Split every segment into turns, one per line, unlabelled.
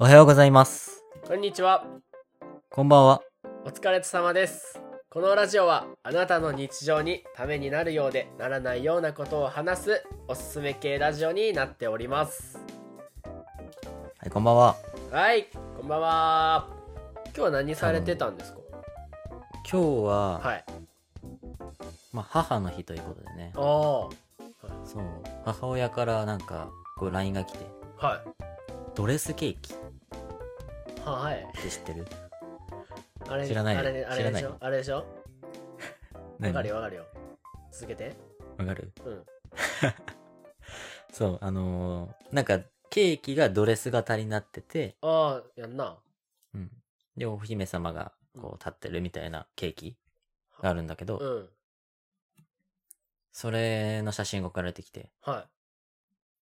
おはようございます。
こんにちは。
こんばんは。
お疲れ様です。このラジオはあなたの日常にためになるようでならないようなことを話すおすすめ系ラジオになっております。
はい、こんばんは。
はい、こんばんは。今日は何されてたんですか
今日は、
はい。
まあ、母の日ということでね
あ。あ。は
そう。母親からなんか、こう、LINE が来て、ドレスケーキっ
い。はい。
て知って る
あれ
知らない
あれあれ
知ら
で
ない
しょあれでしょわ
何
かるよわかるよ。続けて。
わかる
うん。
そう、あのーなんか、ケーキがドレス型になってて、
ああ、やんな。
うん。で、お姫様が、こう、立ってるみたいなケーキがあるんだけど、
うん。
それの写真が送られてきて、
はい。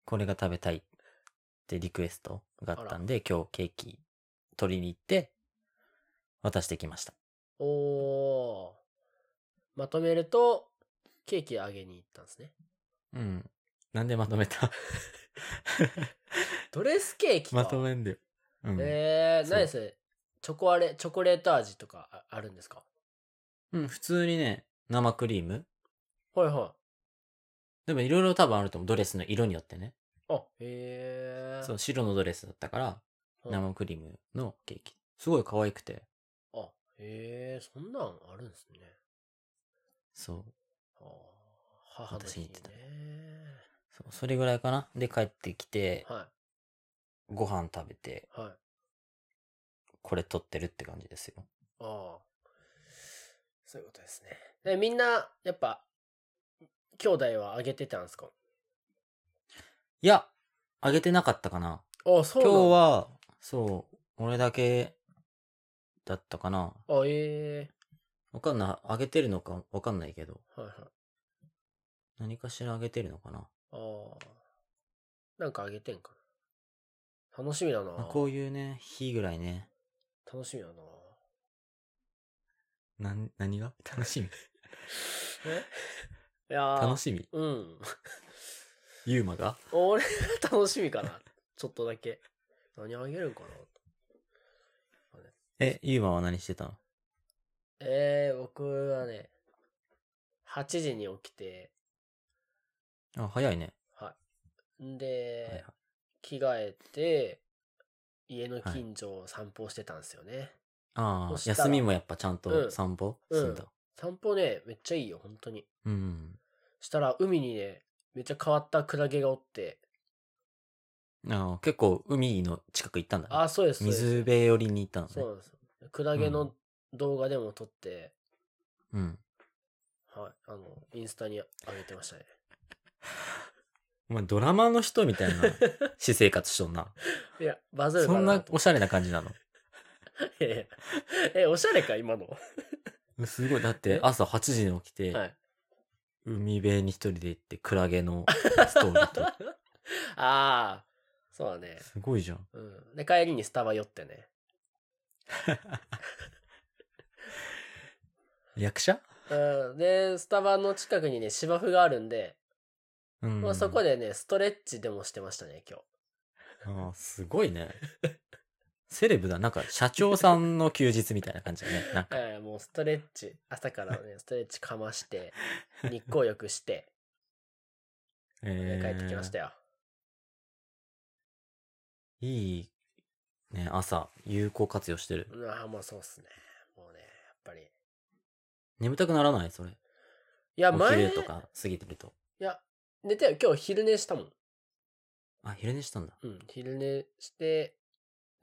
これが食べたいってリクエストがあったんで、今日ケーキ取りに行って、渡してきました。
おお。まとめると、ケーキあげに行ったんですね。
うん。なんでまとめた
ドレスケーキか。
まとめんだよ。うん。
えー、
そう
何それチョコあれ、チョコレート味とかああるんですか
うん、普通にね、生クリーム
はいは
でもいろいろ多分あると思う。ドレスの色によってね。
い。あ、へえー。
そう、白のドレスだったから、
うん
生クリームのケーキ。すごい可愛くて。
あ、へえー、そんなんあるんですね。
そう。
あー母の日にね
私に。そうそれぐらいかな。で、帰ってきて、
は
ご飯食べて、
い、はい。
これ撮ってるって感じですよ。
ああ。そういうことですね。で、みんな、やっぱ、兄弟はあげてたんですか
いや、あげてなかったかな。
あ、そ
今日
うなんだ。
は、そう、俺だけだったかな。
あ、え
わかんない。あげてるのかわかんないけど。
えー。はいはい。
何かしらあげてるのかな。
ああ。なんかあげてんかな。楽しみだな。
まあ、こういうね、日ぐらいね。
楽しみだな。
なん、何が 楽しみ
えいやー
楽しみ
うん。
ユーマが
俺、楽しみかな。ちょっとだけ。何あげるんかな。
え、ユーマは何してたの
えー、僕はね、8時に起きて、
あ、早いね。
ん
はいはい
で、着替えて、家の近所を散歩してたんですよね。
ああ
そ、したら
休みもやっぱちゃん
う
と
ん
散歩すんだ。
散歩ね、めっちゃいいよ、本当に。
うん。
したら、海にね、めっちゃ変わったクラゲがおって、
ああ結構海の近く行ったんだ、ね。
あー、そうです。そうです
水辺寄りに行ったのね
そう。なんですよ。クラゲ
う
の
ん
動画でも撮って、
うん。
はい、あの、インスタに上げてましたね。
お前ドラマの人みたいな私生活しとんな。
いや、バズる か
そん
な
な
と
おしゃれな感じなの。
いやいや え、おしゃれか、今の。は
すごい。だって朝8時に起きて、
い。
海辺に一人で行ってクラゲ のストーリーと。
ああ、そうだね。
すごいじゃん。
うん。で、帰りにスタバ寄ってね。
役者
うん。で、スタバの近くにね、芝生があるんで、
うん
まあ、そこでね、ストレッチでもしてましたね、今日。
ああ、すごいね。セレブだ。なんか、社長さんの休日みたいな感じだ ね。なんか、
えー、もうストレッチ、朝からね、ストレッチかまして、日光浴して、
え
ね帰
ー
ってきましたよ。
いい、ね、朝、有効活用してる。
うん、ああ、もうそうっすね。もうね、やっぱり。
眠たくならないそれ。
いや、
お
前、
昼
い
とか過ぎてると。
や、寝て、今日昼寝したもん。
あ、昼寝したんだ。
うん、昼寝して、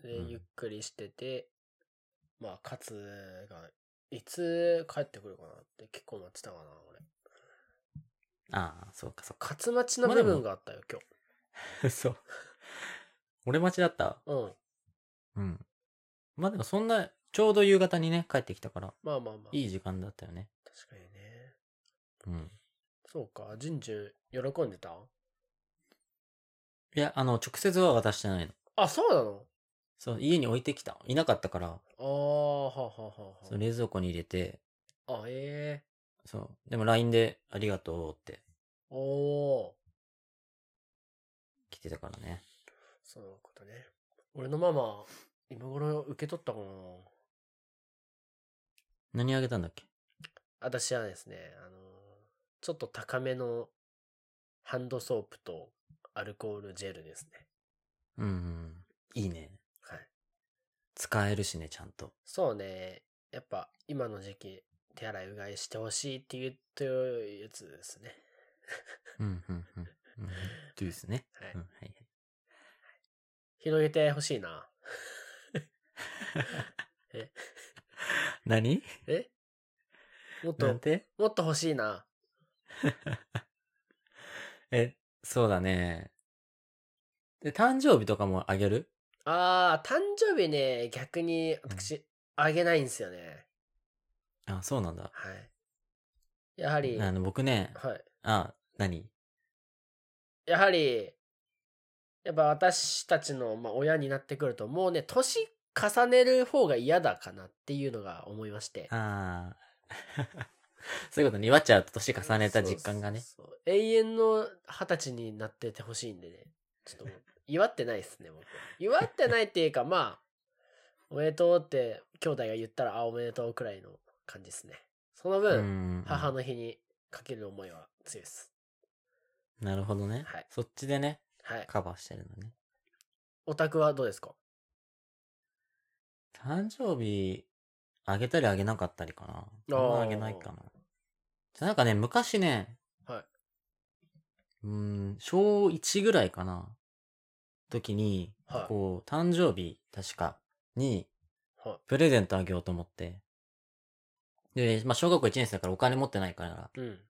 で、
うん
ゆっくりしてて、まあ、カツが、いつ帰ってくるかなって結構待ってたかな、俺。
ああ、そうか、そう
カツ待ちの部分があったよ、今
か。 そう。俺待ちだった
日。うん。
うん。まあでもそんな、ちょうど夕方にね、帰ってきたから、
まあまあまあ。
いい時間だったよね。
確かにね。
うん。
そうか、ジュンジュン喜んでた
いや、あの、直接は渡してないの。
あ、そうなの
そう、家に置いてきた。いなかったから、
ああ、はあはあは
そう冷蔵庫に入れて、
あはあ。あ、え
そう。でも LINE で、ありがとうって
えおお
来てたからね。
そういうことね。俺のママ、今頃受け取ったかな
何あげたんだっけ
私はですね、あの、ちょっと高めのハンドソープとアルコールジェルですね。
うんうん。いいね。
はい。
使えるしね、ちゃんと。
そうね。やっぱ今の時期、手洗いうがいしてほしいって言ってるやつですね。
うん、うん、うん。うんドゥースね。
はい
うん、はいはい。
広げてほしいな。
何
えもっ
な
と
ん、て
もっと欲しいな。
え、そうだね。で、誕生日とかもあげる
あー、誕生日ね、逆に私、あげないんですよね。
あ、そうなんだ。
はい。やはり、
あ
は
の、僕ね、
い。
あ、何
やはり、やっぱ私たちの、まあ、親になってくると、もうね、年重ねる方が嫌だかなっていうのが思いまして。
ああ。 そういうことね。祝っちゃうと年重ねた実感がね。
そうそうそう永遠の二十歳になっててほしいんでね。ちょっともう、祝ってないですね、僕。祝ってないって いうか、まあ、おめでとうって兄弟が言ったら、あ、おめでとうくらいの感じですね。その分、
ん
母の日にかける思いは強いです。
なるほどね。
はい
そっちでね、
はい。
カバーしてるのね。
オタクはどうですか
誕生日、あげたりあげなかったりかな。あんまあげないかな。じゃあなんかね、昔ね、
は
うーん、小1ぐらいかな。時に、
はい
こう、誕生日、確か、に、
はい。
プレゼントあげようと思って。で、まあ、小学校1年生だからお金持ってないから、
うん。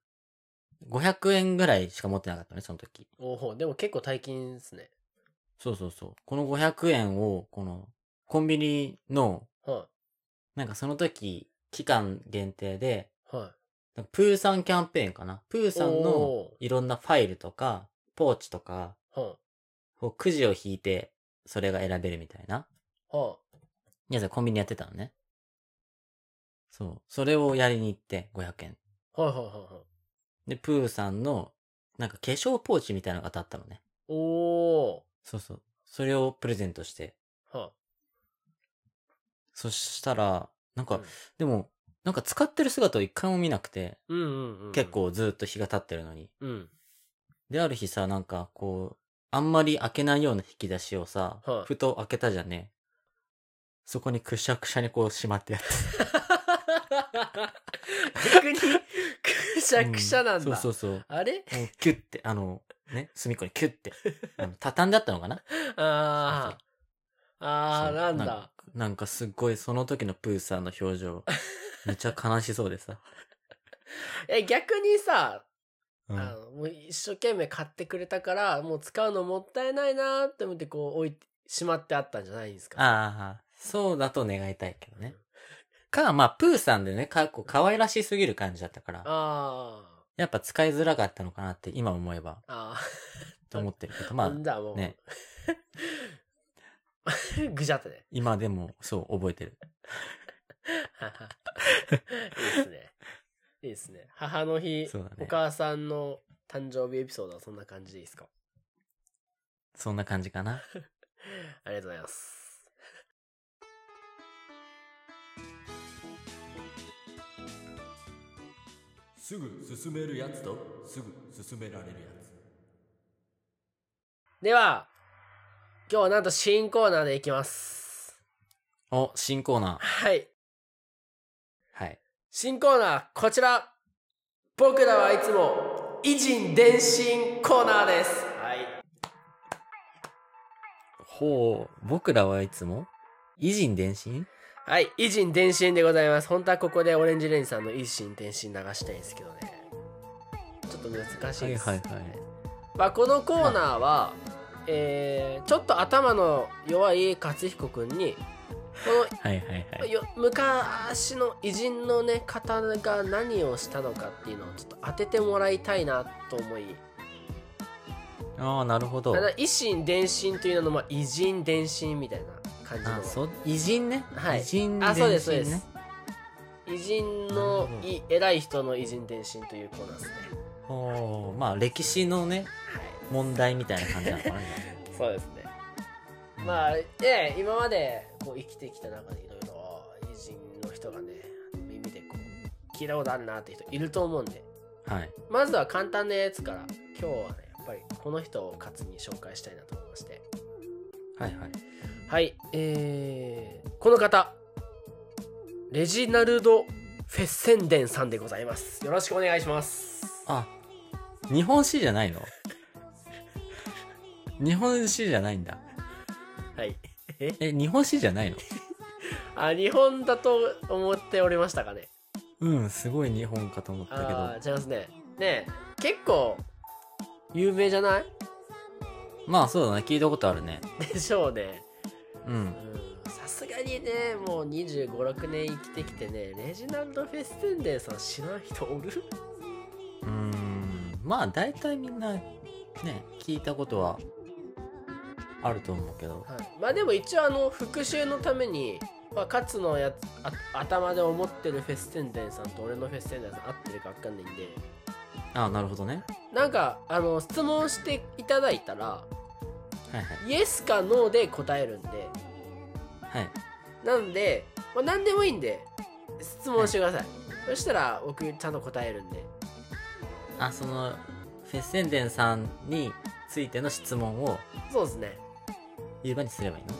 500円ぐらいしか持ってなかったのね、その時。
おおでも結構大金ですね。
そうそうそう。この500円を、この、コンビニの、
は
なんかその時、期間限定で、
い。はい。
プーさんキャンペーンかな。プーさんの
お
いろんなファイルとか、ポーチとか、
ーは
こうくじを引いて、それが選べるみたいな。
あ。は
やつがコンビニやってたのね。そう。それをやりに行って、500円。
あ。はいはいはいはい。
で、プーさんの、なんか化粧ポーチみたいなのが当たったのね。
おお
そうそう。それをプレゼントして。
は
そしたら、なん
あ。
か、でも、なんか使ってる姿を一回も見なくて、
うんうんうん。
結。構ずーっと日が経ってるのに。
うん。
で、ある日さ、なんかこう、あんまり開けないような引き出しをさ、
はい
ふと開けたじゃんね。そこにくしゃくしゃにこうしまってあって
逆に、くしゃくしゃなんだ。
うそうそうそう。
あれ
もうキュッて、あの、ね、隅っこにキュッて、あの畳んであったのかな
ああ。あ
そ
あ、
う
なん
なん
だ。
なんかすっごいその時のプーさんの表情、めっちゃ悲しそうでさ。
え、逆にさ、
う
あ
ん
の、もう一生懸命買ってくれたから、もう使うのもったいないなーって思って、こう置いて、しまってあったんじゃないんですか。
ああ、そうだと願いたいけどね。か、まあ、プーさんでね、かっこ可愛らしすぎる感じだったから、
あ
やっぱ使いづらかったのかなって今思えば、
あ。ああ。
と思ってるけど、
な
ま
ん
あ、
だ、もう。
ね、
ぐじゃってね。
今でもそう覚えてる。
いいですね。いいですね。母の日、
そうだね
お母さんの誕生日エピソードはそんな感じでいいですか
そんな感じかな。
ありがとうございます。
すぐ進めるやつと、すぐ進められるや
では、今日はなんと新コーナーでいきます。
つ。お、新コーナー。
はい。
はい。
新コーナー、こちら。僕らはいつも、偉人伝心コーナーです。はい。
ほう、僕らはいつも、偉人伝心
はい。偉人伝心でございます。本当はここでオレンジレンジさんの偉人伝心流したいんですけどね。ちょっと難しいです。
はいはいはい。
まあ、このコーナーは、えーちょっと頭の弱い勝彦くんにこ
はいはいは
の
い。
よ昔の偉人の、ね、方が何をしたのかっていうのをちょっと当ててもらいたいなと思い
ああ、なるほど
あ。の維新伝心というのの、まあ、偉人伝心みたいな感じ
あ、
の
そう、偉人ね。
はい
偉人伝心ね。
あそうですそうです偉人の
なるほど
い偉い人の偉人伝心というコーナーですね。
おーまあ歴史のね
はい
問題みたいな感じなのかな
そうですね。まあ、ね、今までこう生きてきた中でいろいろ偉人の人がね、耳でこう、聞いたことあるなって人いると思うんで、
はい。
まずは簡単なやつから、今日はね、やっぱりこの人を勝に紹介したいなと思いまして。
はいはい。
はい、えー、この方、レジナルド・フェッセンデンさんでございます。よろしくお願いします。
あ、日本史じゃないの日本史じゃないんだ。
はい。
え、日本史じゃないの
あ、日本だと思っておりましたかね。
うん、すごい日本かと思ったけ
あ
ど。
ー、違いますね。ねえ結構、有名じゃない
まあそうだね、聞いたことあるね。
でしょうね。
うん。
うんさすがにね、もう25、6年生きてきてね、レジナルド・フェッセンデンさん知らん人おる
うーん。まあ大体みんな、ね、聞いたことはあると思うけど。
まあでも一応あの復習のために、まあ、勝のやつあ頭で思ってるフェステンデンさんと俺のフェステンデンさん合ってるか分かんないんで
あ、なるほどね。
なんかあの質問していただいたら
はいはい。
イエスかノーで答えるんで
はい。
なんで、まあ、何でもいいんで質問してください、そしたら僕ちゃんと答えるんで
あ、その、フェッセンデンさんについての質問を
そうですね
言う場にすればいいの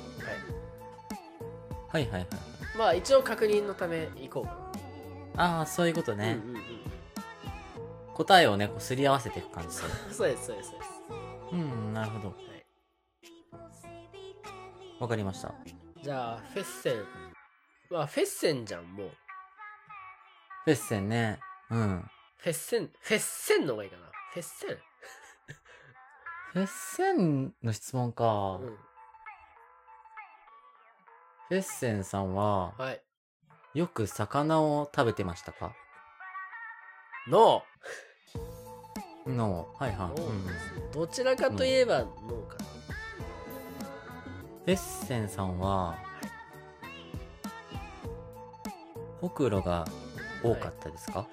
はい
はいはいはい。
まあ一応確認のため行こうか
ああ、そういうこと
な、
ね
う。んうん
答えをね、こうすり合わせていく感じで。
うん、そうですそうですそうです
うん、なるほど。わかりました。
じゃあフェッセンまあフェッセンじゃんもう
フェッセンね。うん。
フェッセン、フェッセンの方がいいかな。フェッセン。
フェッセンの質問か。
うん。
フェッセンさんは、
はい。
よく魚を食べてましたか
ノ
の、はい
ー。
は
ノ
い、うん
ー
フ
ですね。どちらかといえばノーかな。
ェッセンさんは、ほくろが多かったですか、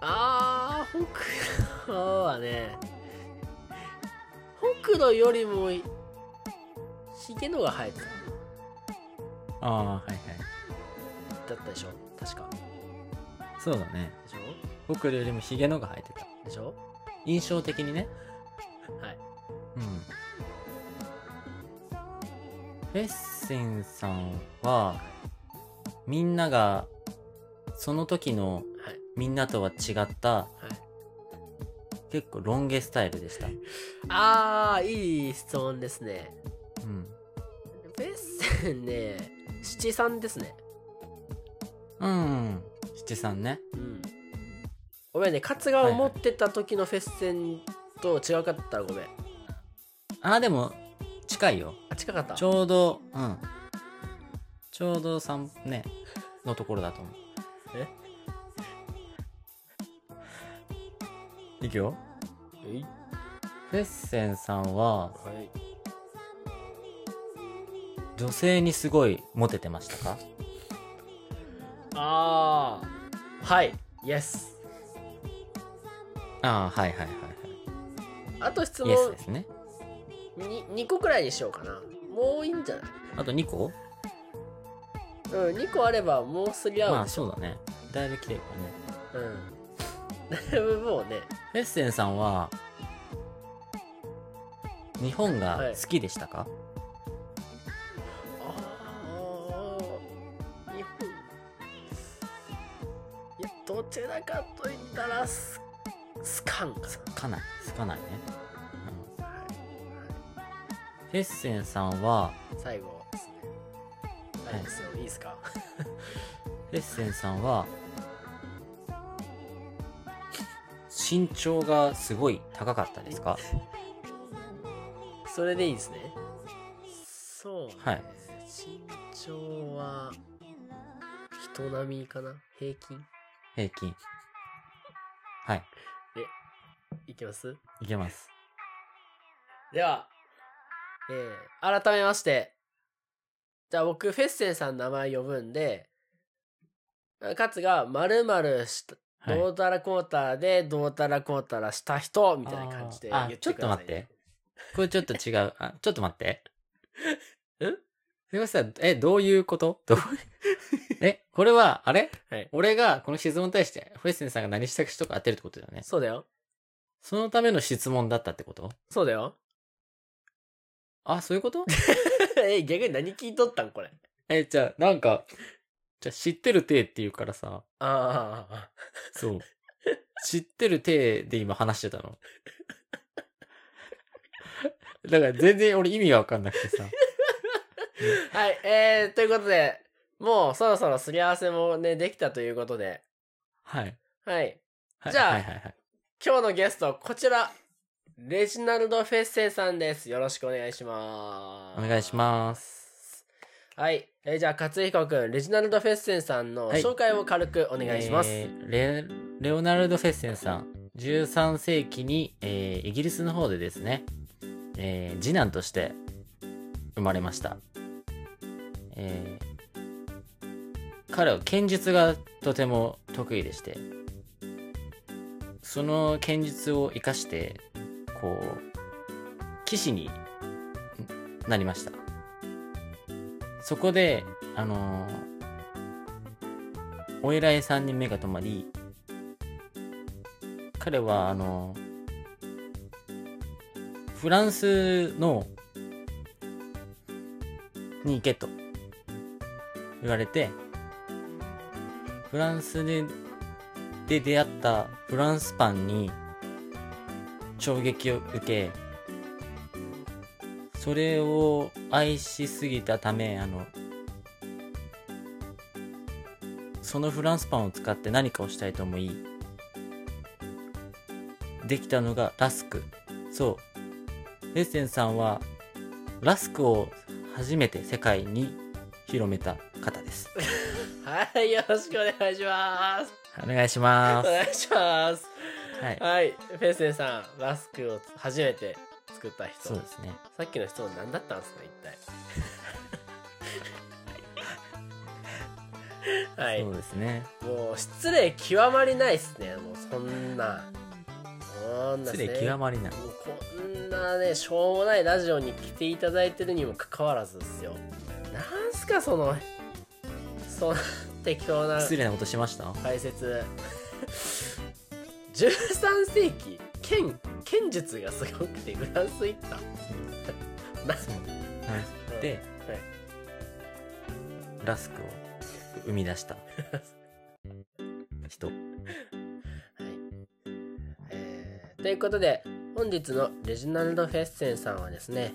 あー、北斗はね、北斗よりも、ヒゲのが生えて
ああ、はいはい。
た。だったでしょ確か。
そうだね。
でしょ
ほくろよりもヒゲのが生えてた。
でしょ
印象的にね。
はい。
うん。フェッセンさんは、みんなが、その時の
はい。
みんなとは違った、
はい。
結構ロン毛スタイルでした。
あー、いい質問ですね。
うん。
フェッセンね、七三ですね。
うん。七三ね。
うん。ごめんね、カツが思ってた時のフェスセンと違かったらごめん。
ああ、でも、近いよ。
あ、近かった。
ちょうど、うん。ちょうど三、ね、のところだと思う。
え
いくよ。
い
フェッセンさんは、
はい。
女性にすごいモテてましたか
ああ。はい。イエス。
ああ、はいはいはい
あと質
はい。イエス
問
ですね。
に2個くらいにしようかな。もういいんじゃない
あと2個
うん、2個あればもうすり合
ま
う
あ
でし
そうだね。だいぶ来てるからね。
ょ。うん。だ いぶもうね、
フェッセンさんは、日本が好きでしたか、
ああ日本いやどちらかといったらススカンか
かなり、つかないね。うん
な、はい
フェッセンさんは、
最後ですね。
はい
最後ですよ、い、いですか
フェッセンさんは、身長がすごい高かったですか
それでいいですね。そう、ね。
はい
身長は、人並みかな平均
平均。はい、
いきます
いけます。
では、えー、改めまして。じゃあ僕、フェッセンさんの名前呼ぶんで、かつが、まるまるした、
はい。
どうたらこうたらで、どうたらこうたらした人、みたいな感じで
あー
言っ
あちょ
て
っ
くだ
と
さ
待っ
い、
て。これちょっと違う。あ、ちょっと待って。すいません。え、どういうこと どうえ、これは、あれ
はい。
俺がこの質問に対して、フェスネさんが何したかしとか当てるってことだよね。
そうだよ。
そのための質問だったってこと
そうだよ。
あ、そういうこと
え、逆に何聞いとったんこれ。
え、じゃあ、なんか、じゃあ知ってる体って言うからさ、
ああ。
そう。知ってる体で今話してた の。だから全然俺意味がわかんなくてさ。
はい、えー、ということで、もうそろそろすり合わせもね、できたということで、
はい。
はい。
はい
じゃあ
はいはいはい。
今日のゲスト、こちら、レジナルド・フェッセンさんです。よろしくお願いします。
お願いします。
はい。えーじゃあ、勝彦くん、レジナルド・フェッセンさんの
はい
紹介を軽くお願いします。
えーレレオナルド・フェッセンさん13世紀に、えーイギリスの方でですね、えー次男として生まれました、えー彼は剣術がとても得意でしてその剣術を生かしてこう騎士にんなりましたそこであのーお偉いさんに目が留まり彼はあのフランスのに行けと言われてフランスでで出会ったフランスパンに衝撃を受けそれを愛しすぎたためあのそのフランスパンを使って何かをしたいと思いできたのがラスクそうレッセンさんはラスクを初めて世界に広めた方です
はい、よろしくお願いします。
お願いしま
お願いします。
すはい
はい。フェッセンさん、ラスクを初めて作った人
そう。ですね
さっきの質問何だったんですか、 一体。はい
そう。ですね
もう失礼極まりないっすねもうそんなそんな
失礼極
ま
まりない
もうこんなねしょうもないラジオに来ていただいてるにもかかわらずですよなんすかそのその適当な
失礼なことしました
解説 13世紀剣剣術がすごくてフランス行ったな
そうはいで
はい
ラスクを生み出 した人
はい。えーということで、本日のレジナルド・フェッセンさんはですね、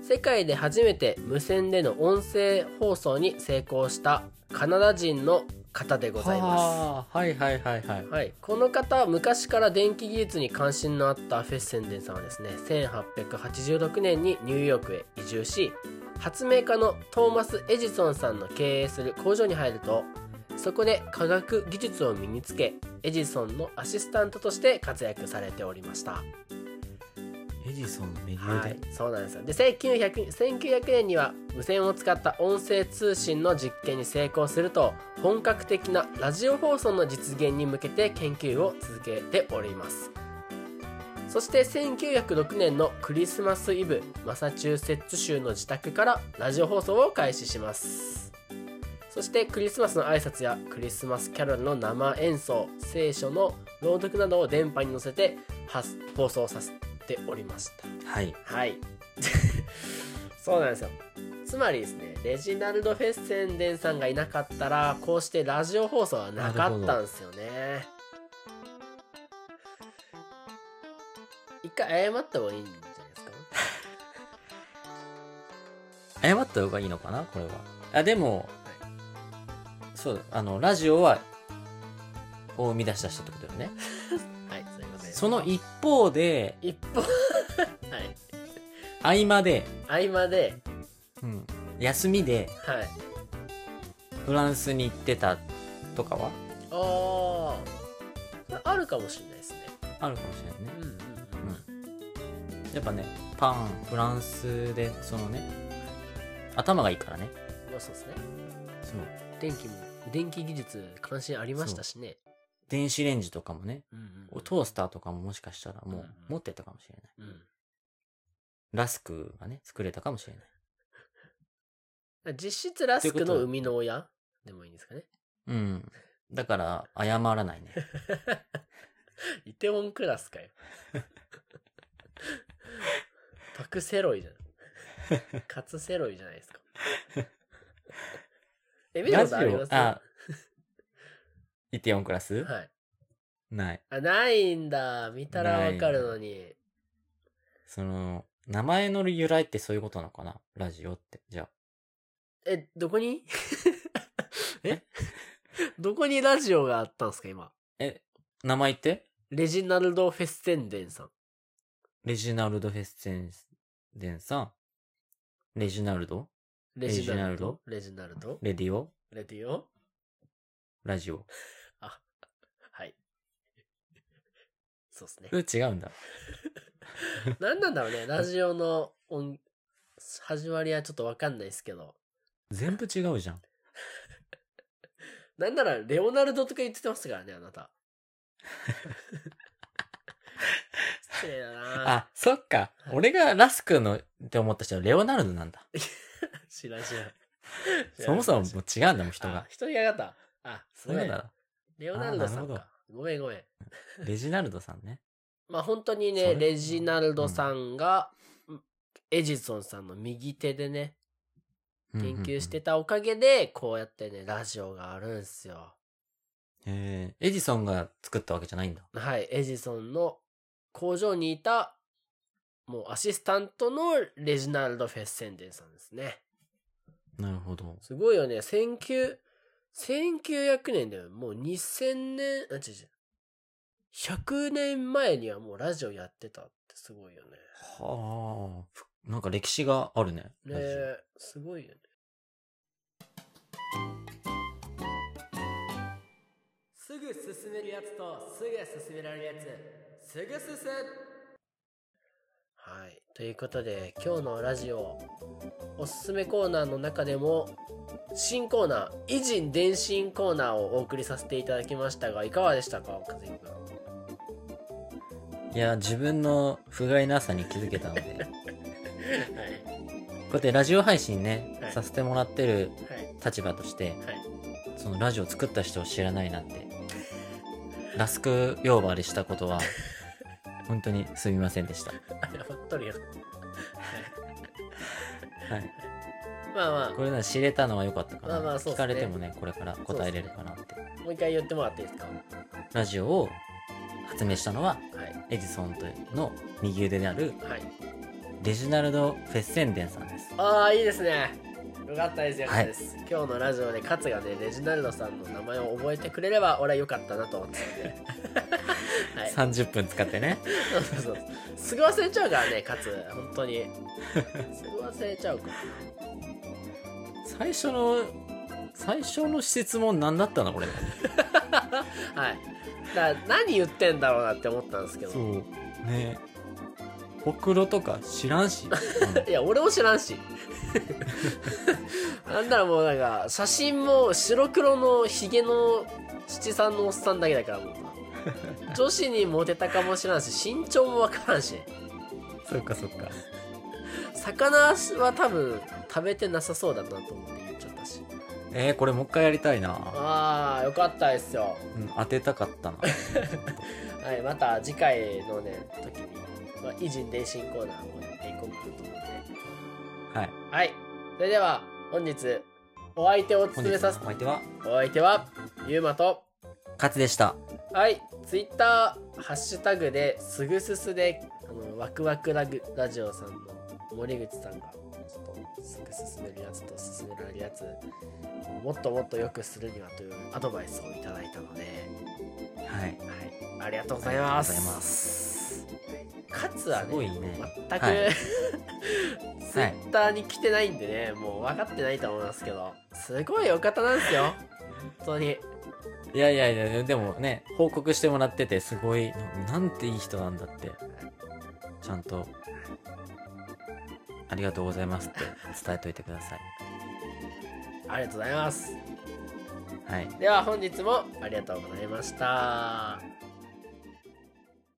世界で初めて無線での音声放送に成功したカナダ人の方でございま
はあはいはいはいはい
す。はい、この方は昔から電気技術に関心のあったフェッセンデンさんはですね1886年にニューヨークへ移住し発明家のトーマス・エジソンさんの経営する工場に入るとそこで科学技術を身につけエジソンのアシスタントとして活躍されておりました
エジソンの右腕、
はいそうなんですよで1900 1900年には無線を使った音声通信の実験に成功すると本格的なラジオ放送の実現に向けて研究を続けておりますそして1906年のクリスマスイブマサチューセッツ州の自宅からラジオ放送を開始しますそしてクリスマスの挨拶やクリスマスキャロルの生演奏聖書の朗読などを電波に乗せて発放送させておりました
はい
はい。 そうなんですよ。つまりですね、レジナルド・フェッセンデンさんがいなかったら、こうしてラジオ放送はなかったんですよね。一回謝った方がいいんじゃないですか
謝った方がいいのかなこれはあでも、そうあのラジオはを生み出した人ってことよね
はい、すいません。
その一方で
一方、 はい。
合間で、
合間で、
うん、休みで
はい。
フランスに行ってたとかは
ああ、あるかもしれないですね。
あるかもしれないね
うんうんうん。
やっぱねパンフランスでそのね頭がいいからね
まあそうですね。
そう
電気も、電気技術関心ありましたしね。
電子レンジとかもね
うんうんうん
トースターとかももしかしたらも
うん
う持ってたかもしれない
うん
ラスクがね作れたかもしれない
実質ラスクの生みの親でもいいんですかね。
うん。だから、謝らないね。
イテウォンクラス かよ。パクセロイじゃん。カツセロイじゃない ですか。え、見たことあります
あ、イテオンクラス、
はい。
ない。
あ、ないんだ。見たらわかるのに。
その、名前の由来ってそういうことなのかなラジオって。じゃあ。
え、どこに えどこにラジオがあったんですか、今。
え、名前言って
レジナルド・フェッセンデンさん。
レジナルド・フェッセンデンさん。レジナルド
レジナルドレジナルド
レディオ
レディオ
ラジオ。
はい。そうですね
う。違うんだ。
何なんだろうね、ラジオの音、始まりはちょっとわかんないですけど。
全部違うじゃん。
なんなら、レオナルドとか言ってますからね、あ なた。失礼だな
あ、そっか。俺がラスクのって思った人はレオナルドなんだ。
知らん知らん。
そもそもも
知らん
う違うんだもん、人
あ
が。
人が方。あ、す
そ
ご
う
い
いう。だ
レオナルドさん
あーなる
か。ごめんごめん。
ろ。レジナルドさんね。
まあ本当に
そ
ね、
れ
レジナルドさんが、エジソンさんの右手でね、
うんうん
研
うん
究してたおかげで、こうやってね、ラジオがあるんすよ。
へえエジソンが作ったわけじゃないんだ。
はい、エジソンの工場にいた、もうアシスタントのレジナルド・フェッセンデンさんですね。
なるほど。
すごいよね。19 1900年だよ。もう2000年、あ、違う違う。100年前にはもうラジオやってたってすごいよね。
はあふ。なんか歴史があるね。
ね
ラジオ
え、すごいよね。すぐ進めるやつとすぐ進められるやつ、すぐ進はい、ということで今日のラジオおすすめコーナーの中でも新コーナー「偉人伝心コーナー」をお送りさせていただきましたがいかがでしたか和く君
いや、自分の不甲斐なさに気づけたので。こ
はい、
うやってラジオ配信ね、
はい
させてもらってる
はい、
立場として、
はい
そのラジオ作った人を知らないなんて、ラスク呼ばわりしたこと は、本当にすみませんでした。
謝っとるよ
はい。
まあま
これなら知れたのは良かったかな。
まあまあそう
聞
っすね
かれてもね、これから答えれるかなって。
あもう一回言ってもらっていいですか
ラジオを発明したのは、
はい
エジソンとの右腕である
はい
レジナルド・フェッセンデンさんです。
ああいいですねよかったですよかっ
は
た
い
です、今日のラジオで勝がねレジナルドさんの名前を覚えてくれれば俺はよかったなと 思ってたんではい
30分使ってね。
そうそうそうすぐ忘れちゃうからね勝本 当にすぐ忘れちゃうから
最初の、最初の質問何だったのこれ。
はいだから何言ってんだろうなって思ったんですけど
う。ねほくろとか知らん し。
いや俺も知らんし なんならもうなんか写真も白黒のヒゲの七三のおっさんだけだからもう女子にモテたかもしらんし身長もわからんし
そっかそっか。
魚は多分食べてなさそうだなと思って言っちゃったし
えー、これもう一回やりたいな。
ああよかったですよ
うん、当てたかったな。
はいまた次回のね時に、まあ、偉人伝心コーナーをやっていこうかなと思って
はい。
はいそれでは本日お相手を
本
務
日
め
の
さ
お
せて
相手は、
お相手はゆうまと
勝でした。
はいツイッターハッシュタグですぐすすであのワクワクラグラジオさんの森口さんがちょっとすぐ進めるやつと進められるやつもっともっと良くするにはというアドバイスをいただいたので、
はい。
はい、ありがとうございます
ありがとうございます
カツは
すごい
ね
ね。
全く、
はい
ツイッターに来てないんでねもう分かってないと思いますけどすごいお方なんですよ本当に
いやいやいや、でもね、報告してもらってて、すごい、なんていい人なんだって、ちゃんと、ありがとうございますって伝えといてください。
ありがとうございます
はい。
では本日もありがとうございました。